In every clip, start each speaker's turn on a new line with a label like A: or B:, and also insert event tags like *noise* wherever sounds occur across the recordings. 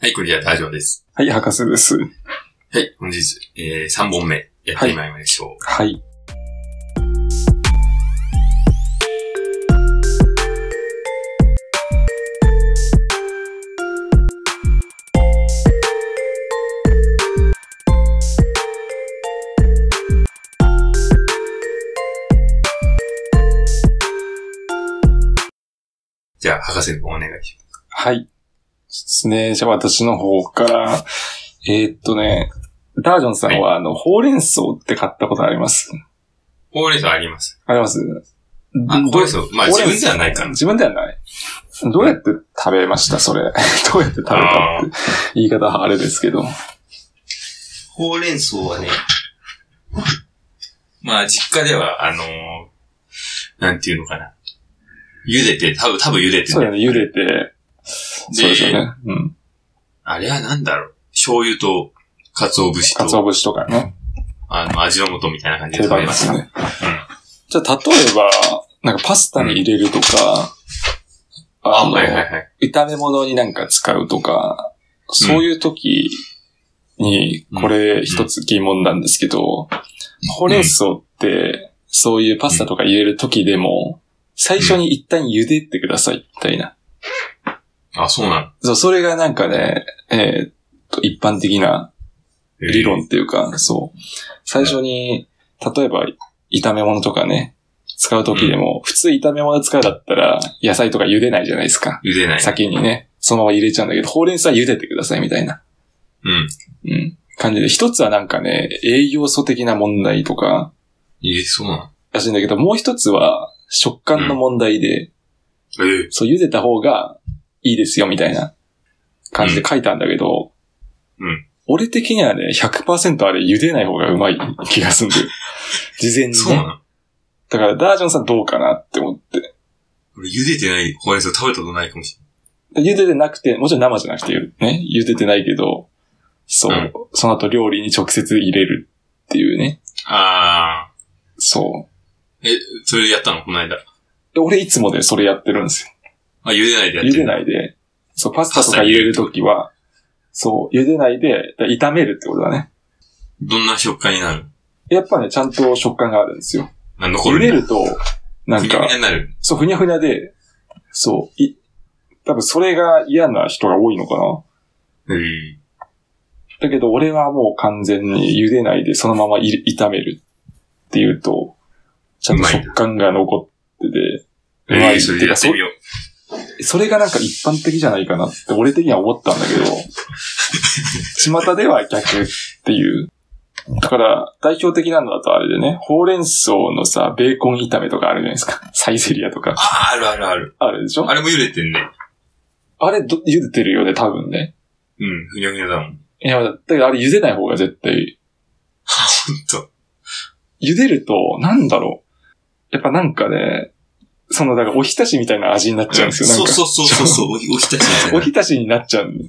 A: はい、クリア大丈夫です。
B: はい、博士です。
A: はい、本日、えー、3本目、やってまいりましょう。
B: はい。
A: じゃあ、博士の方お願いしま
B: はい。ですね。じゃあ私の方から、えーっとね、ダージョンさんは、あの、ほうれん草って買ったことあります
A: す。ほうれん草あります。
B: あります
A: あ、ほう
B: ど
A: れん草、まあ自
B: ほうれん草
A: 分じゃないかな。
B: 自分ではない。どうやって食べましたそれ。ど *laughs* うやって食べたって言い方はあれですけど。
A: ほうれん草はね、まあ、実家では、あのー、なんていうのかな。茹でて、多分、多分茹でて
B: そうだ
A: ね。
B: よね、茹でて。そうですよね。うん。
A: あれはなんだろう。醤油と、鰹節
B: 鰹
A: と、
B: 節とかね。
A: あの、味の素みたいな感じで
B: 定
A: 食
B: 番
A: べ
B: で
A: ますす。
B: よね。じゃあ、例えば、なんかパスタに入れるとか、
A: あ、
B: あの、
A: はいはいはい。
B: 炒め物になんか使うとか、そういう時に、
A: うん
B: これ一つ疑問なんですけど、ほうれん草って、そういうパスタとか入れる時でも、最初に一旦茹でてください、みたいな。
A: あ、そうなの。
B: そう、それがなんかね、えーっと、一般的な
A: えー
B: 理論っていうか、そう。最初に、例えば、炒め物とかね、使う時でも、普通炒め物使うだったら、野菜とか茹でないじゃないですか。
A: 茹でない。
B: 先にね、そのまま入れちゃうんだけど、ほうれん草は茹でてくださいみたいな、
A: うん。
B: うん、感じで。一つはなんかね、栄養素的な問題とか、
A: えー、そうな
B: らしいんだけど、もう一つは食感の問題で、
A: の。えー
B: そう、茹でた方がいいですよみたいな感じで書いたんだけど、
A: うん
B: 俺的にはね、100%あれ茹でない方がうまい気がするんだ
A: *laughs*
B: よ。事前に
A: そうな
B: ね。
A: の。
B: だから、ダージョンさんどうかなって思って。
A: 俺、茹でてないほうれん草食べたことないかもし
B: で茹でてなくて、もちろん生じゃなくて、ね、茹でてないけど、そ
A: う
B: う、
A: ん
B: その後料理に直接入れるっていうね。
A: れない。ああ。
B: そ
A: それやったのこの間。
B: う。で俺いつもでそれやってるんです
A: あ、茹でないでや
B: よ。
A: って
B: 茹で
A: い。
B: ないで。そう、パスタとか入れるときは、そう、茹でないで、だ炒めるってことだね。
A: どんな食感になる
B: やっぱね、ちゃんと食感があるんですよ。
A: あ残
B: 茹
A: る。
B: でると、なん
A: ふにゃふ
B: か
A: にゃ、になる。
B: そう、ふにゃふにゃで、そう、い、多分それが嫌な人が多いのかな。
A: うん。
B: だけど俺はもう完全に茹でないでそのままい炒めるっていうと、ちゃんと食感が残ってて、うま
A: えー、
B: いって
A: それ
B: い
A: で
B: う
A: やっ
B: か、
A: て
B: そ
A: みよう。
B: それがなんか一般的じゃないかなって俺的には思ったんだけど、巷では逆っていう。だから、代表的なのだとあれでね、ほうれん草のさ、ベーコン炒めとかあるじゃないですか。サイゼリアとか。
A: ああ、あるあるある。
B: あるでしょ
A: あれも茹でてんね。
B: あれど、茹でてるよね、多分ね。
A: うん、ふにゃふにゃだもん。
B: いや、だけどあれ茹でない方が絶対、
A: ほんと。
B: 茹でると、なんだろう。やっぱなんかね、その、だからおひたしみたいな味になっちゃうんですよ、なん
A: そう
B: か。
A: そうそうそうそう、おひおひたしみたいな。
B: おひたしになっちゃ
A: *laughs*
B: うんで。なんで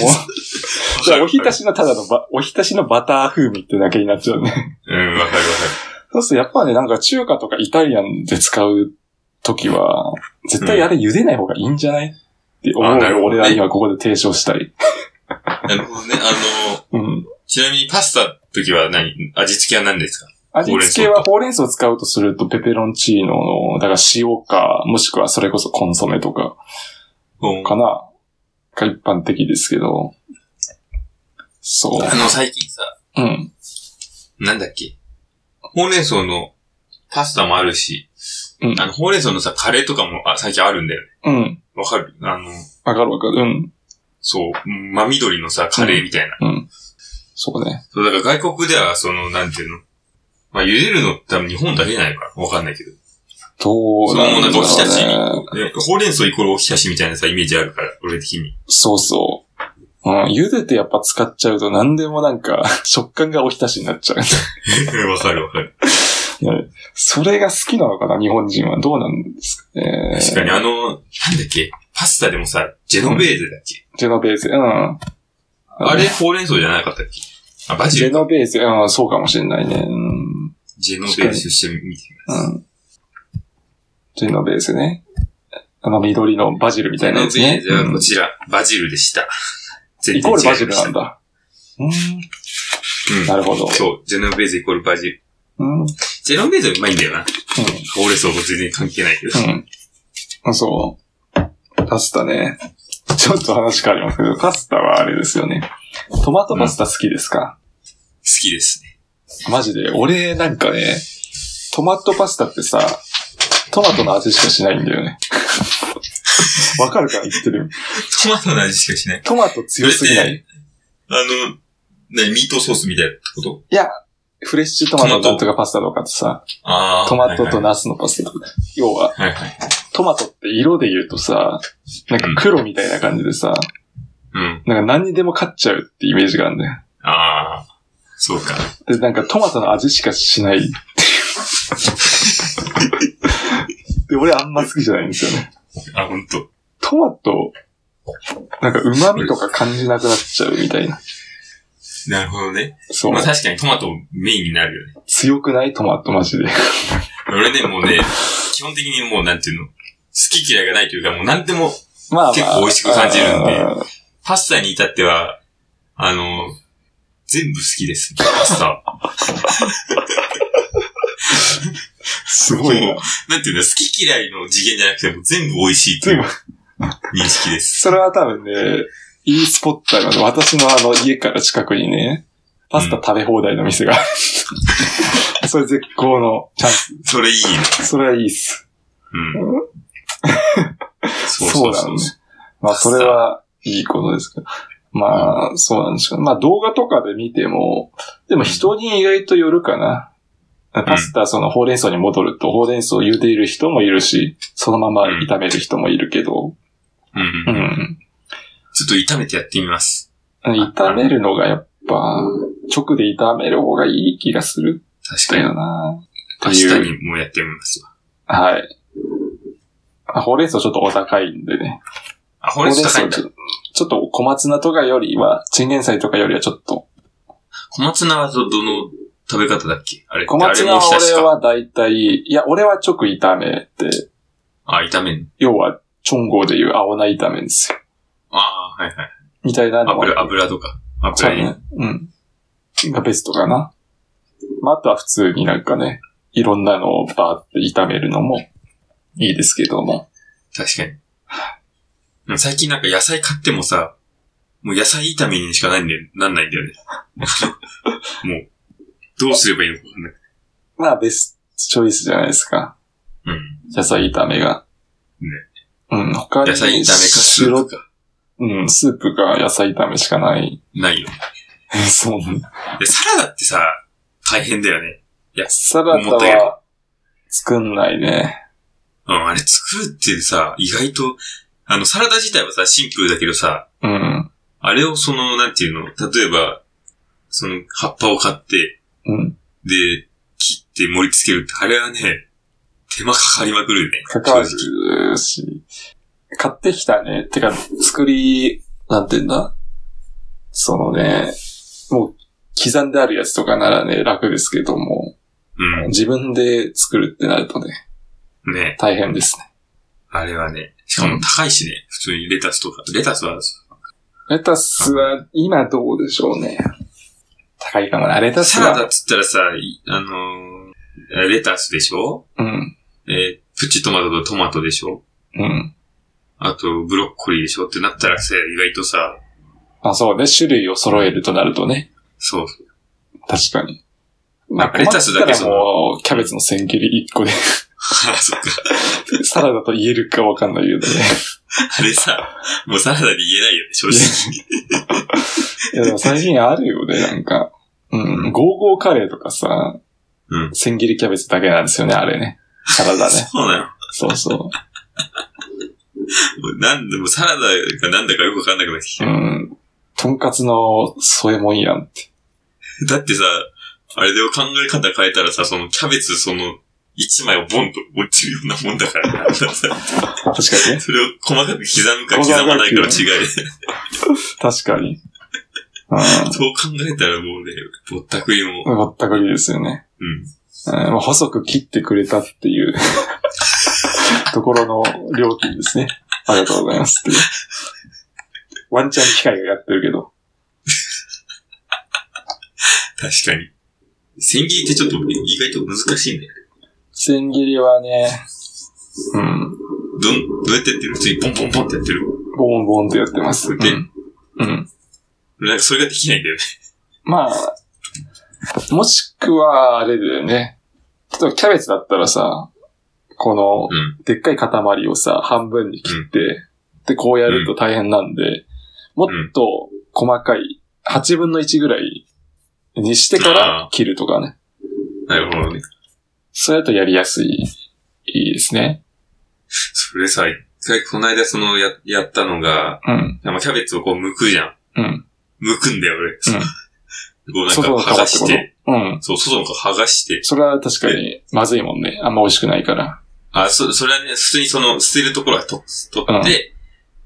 B: も。だからおひたしのただのば、おひたしのバター風味ってだけになっちゃうね。
A: うん、わかるわか
B: そうするとやっぱね、なんか中華とかイタリアンで使うときは、絶対あれ茹でない方がいいんじゃないって思う
A: あなるほどね
B: 俺らにはここで提唱したい。
A: る。なるほどね。あの、
B: うん。
A: ちなみにパスタの時は何味付けは何ですか
B: 味付けはほうれん草を使うとするとペペロンチーノの、だから塩か、もしくはそれこそコンソメとか、
A: うん
B: かな、が一般的ですけど。そ
A: あの、最近さ、
B: う。うん。
A: なんだっけ。ほうれん草のパスタもあるし、
B: うん
A: あの、ほうれん草のさ、カレーとかもあ最近あるんだよね。
B: うん。
A: わかるあの、
B: わかるわかる。うん。
A: そう、真緑のさ、カレーみたいな。
B: うん。そうね。
A: そう、だから外国では、その、なんていうの。まあ、茹でるの多分日本だけじゃないから、わかんないけど。
B: どうなんだ
A: そうもうなんかおひたし
B: ろうね。
A: でほうれん草イコールおひたしみたいなさ、イメージあるから、俺的に。 *laughs*
B: そうそう。うん。茹でてやっぱ使っちゃうと何でもなんか *laughs* 食感がおひたしになっちゃう。
A: わかるわかる。
B: それが好きなのかな日本人は。どうなんですかね。
A: 確かに、あの、なんだっけ、パスタでもさ、ジェノベーゼだっけ。
B: ジェノベーゼ。うん。
A: あれ、ほうれん草じゃなかったっけあ、バジ
B: ジェ
A: ル。
B: ノベーゼ、うん、そうかもしれないね。うん。
A: ジェノベーゼとして見てみます。
B: うん。ジェノベーゼね。あの緑のバジルみ
A: ジ
B: たい
A: ェノ
B: なや
A: ベ
B: つね
A: ー。ゼはこちら、バジルでした。全
B: イ
A: 然
B: コ
A: 違い
B: ー
A: ま
B: ル
A: した
B: バジルなんだ。うー
A: うん
B: ん。なるほど。
A: そう、ジェノベーゼイコールバジル。
B: うん。うん。
A: ジェノベーゼうまいんだよな。ほうれん草も全然関係ないけど。
B: うん。そう。パスタね。ちょっと話変わりますけど、パスタはあれですよね。トマトパスタ好きですか、
A: 好きですね。
B: マジで。俺なんかね、トマトパスタってさ、トマトの味しかしないんだよね。わかるか言ってる。
A: トマトの味しかしない。
B: トマト強すぎない
A: あの、何、ミートソースみたいなこと
B: フレッシュトマトなんとかパスタとかってさ、
A: ああ。
B: トマトと
A: な。
B: ナスのパスタとか。要は、
A: はいはい。
B: トマトって色で言うとさ、なんか黒みたいな感じでさ、
A: うん。
B: なんか何にでも勝っちゃうってイメージがあるんだよ。
A: ああ。そうか。
B: で、なんかトマトの味しかしないっていう。
A: *laughs*
B: で、俺あんま好きじゃないんですよね。
A: あ、ほんと。
B: トマト、なんか旨味とか感じなくなっちゃうみたいな。
A: なるほどね。
B: そう
A: まあ。確かにトマトメインになるよね。
B: 強くないトマトマジで。
A: 俺ね、もうね、基本的にもうなんていうの、好き嫌いがないというか、もうなんでも、
B: まあまあ。
A: 結構美味しく感じるんで
B: あー
A: パスタに至っては、あの、全部好きです、パスタは。
B: すごいな。
A: なんていうの、好き嫌いの次元じゃなくても全部美味しいっていう
B: 全部
A: 認識です。
B: それは多分ね、いいスポットなの。私のあの家から近くにね、パスタ食べ放題の店がある。 *laughs* それ絶好のチャンス。
A: それいいね。
B: それはいいっす。
A: うん。そう
B: そ
A: そうう
B: なの
A: そ
B: ね
A: う。。
B: まあ、それはいいことですけど。まあ、そうなんですけど。まあ、動画とかで見ても、でも人に意外とよるかな。パスタ、その、ほうれん草に戻ると、ほうれん草を茹でる人もいるし、そのまま炒める人もいるけど、
A: うん
B: う
A: うん
B: ん。
A: ちょっと炒めてやってみます。
B: 炒めるのがやっぱ、直で炒める方がいい気がするん
A: 確
B: だ
A: かに。
B: よな。
A: 明
B: っていう
A: 日にもやってみますわ。
B: はい。あほうれん草ちょっとお高いんでね。
A: あ、ほうれん草高いんだ
B: ほ。うれん草ちょっと小松菜とかよりは、チンゲン菜とかよりはちょっと
A: 小松菜はどどの食べ方だっけあれ
B: 小
A: あ
B: 松菜
A: れも
B: は
A: 浸し
B: 俺
A: か。
B: は大体、いや、俺は直炒めて、
A: あ、炒めん。
B: 要は、チョンゴーでいう青菜炒めですよ。
A: ああ、はいはい。
B: みたいなのは
A: 油、油とか。
B: そう
A: 油に。
B: ね。うん。がベストかな。まあ、あとは普通になんかね、いろんなのをバーって炒めるのもいいですけども。
A: 確かに。うん最近なんか野菜買ってもさ、もう野菜炒めにしかないんだよ、なんないん *laughs* だよね。もう、どうすればいいのかわかんない。
B: まあ、ベストチョイスじゃないですか。
A: うん。
B: 野菜炒めが。
A: ね
B: うん、他に
A: 野菜炒めかスー
B: 白
A: プか。
B: うん、スープか野菜炒めしか
A: *laughs*
B: ない。
A: ないよ。
B: そうなんだ
A: で、サラダってさ、大変だよね。
B: サラダ
A: 思ったより
B: は作んないね。
A: うん、あれ作るってさ、意外と、あの、サラダ自体はさ、シンプルだけどさ、
B: うん。
A: あれをその、なんていうの、例えば、その、葉っぱを買って、
B: うん。
A: で、切って盛り付けるって、あれはね、手間かかりまくるよね。
B: 関わ
A: 正直
B: るし、買ってきたね、てか、作り、なんて言うんだそのね、もう、刻んであるやつとかならね、楽ですけども、自分で作るってなるとね、
A: うん。ね
B: 大変ですね。
A: あれはね、しかも高いしね、普通にレタスとか、レタスは、
B: レタスは、今どうでしょうね。高いかもな。レタス
A: サラダ
B: は
A: っ、つったらさ、いあのーレタスでしょ
B: うん、
A: えープチトマトとトマトでしょ
B: うん。
A: あと、ブロッコリーでしょってなったらさ、意外とさ、
B: まあそうね、種類を揃えるとなるとね、
A: そう、 *laughs*
B: 確かに。ま
A: レタスだけ
B: 困ったらもう、キャベツの千切り1個で、 *laughs*
A: あそっか。
B: サラダと言えるかわかんないけ
A: *laughs*
B: どね。
A: あれさ、もうサラダで言えないよね、正直。
B: いや、でも最近あるよね、なんか。うん。ゴーゴーカレーとかさ、
A: うん。
B: 千切りキャベツだけなんですよね、あれね。サラダ
A: *laughs*
B: ね。
A: そうなの。
B: そうそ
A: もうなんでもサラダがなんだかよくわかんなくなってき
B: う。
A: て
B: う
A: る。
B: ん。とんかつの添えもんやんって。
A: だってさ、あれで考え方変えたらさ、そのキャベツその、一枚をボンと落ちるようなもんだから。 *laughs*
B: 確かにね。
A: それを細かく刻むか刻まないかの違い。
B: 確かに。
A: そう考えたらもうね、ぼったくりも。
B: うん。ぼったくりですよね。
A: うん。
B: うん、まあ細く切ってくれたって *laughs* いう、ところの料金ですね。ありがとうございますっていう。ワンチャン機械がやってるけど。
A: 確かに。千切りってちょっと意外と難しいね。
B: 千切りはね、うん、
A: どん、どうやってやってる普通にポンポンポンってやってる
B: ボンボンってやってます。
A: で
B: うん。うん。
A: なんかそれができないんだよね。 *laughs*
B: まあ、もしくは、あれだよね。例えばキャベツだったらさ、この、
A: うん。
B: でっかい塊をさ、半分に切って、で、こうやると大変なんで、もっと細かい、8分の1ぐらいにしてから切るとかね。
A: なるほどね。
B: それだとやりやすい、いいですね。
A: それさ、一回この間そのや、やったのが、
B: うん、
A: まあキャベツをこう剥くじゃん。
B: うん、
A: 剥くんだよ、 *laughs* 俺。こうなん
B: 外の
A: か剥
B: 皮
A: が
B: って
A: し
B: こと
A: て。
B: うん。
A: そう、外の皮剥がして。
B: それは確かに、まずいもんね。あんま美味しくないから。
A: あ、そ、それはね、普通にその、捨てるところは取っ取って、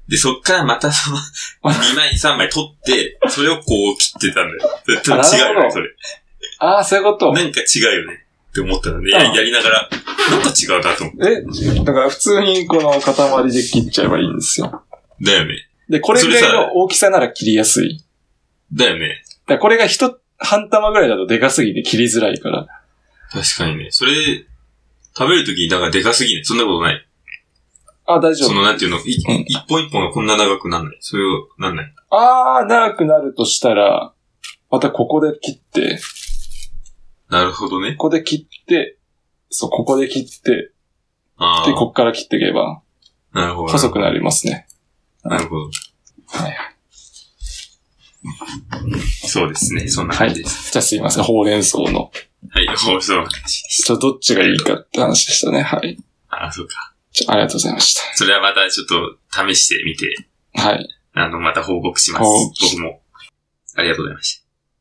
A: で、そっからまたそ
B: *laughs*
A: の、2枚、3枚取って、それをこう切ってたんだよ。で多分違うよ
B: なるほど
A: ね、それ。
B: ああ、そういうこと。
A: なんか違うよね。って思ったので、や
B: うん
A: やりながら、なんか違うなと思っ
B: え、だから普通にこの塊で切っちゃえばいいんですよ。
A: て。だよね。
B: で、これぐらい
A: それさ
B: の大きさなら切りやすい。
A: だよね。
B: だからこれが一、半玉ぐらいだとでかすぎて切りづらいから。
A: 確かにね。それ、食べるときに、だからでかすぎない。そんなことない。
B: あ、大丈夫
A: そ。の、なんていうの、い
B: うん
A: 一本一本がこんな長くなんない。それを、なんない。
B: あー、長くなるとしたら、またここで切って、
A: なるほどね。
B: ここで切って、そう、ここで切って、
A: あ
B: で、
A: あ。
B: こっから切っていけば、
A: なるほど。
B: 細くなりますね。
A: なるほど。
B: はい
A: そうですね。そんな感じです。
B: じゃあすいません、ほうれん草の。
A: はい。放送。
B: ちょっとどっちがいいかって話でしたね。はい。
A: あ、そうか。
B: じゃあありがとうございまし
A: それはまたちょっと試してみて、
B: た。はい。
A: あの、また報告します
B: 報告。
A: 僕も。ありがとうございました。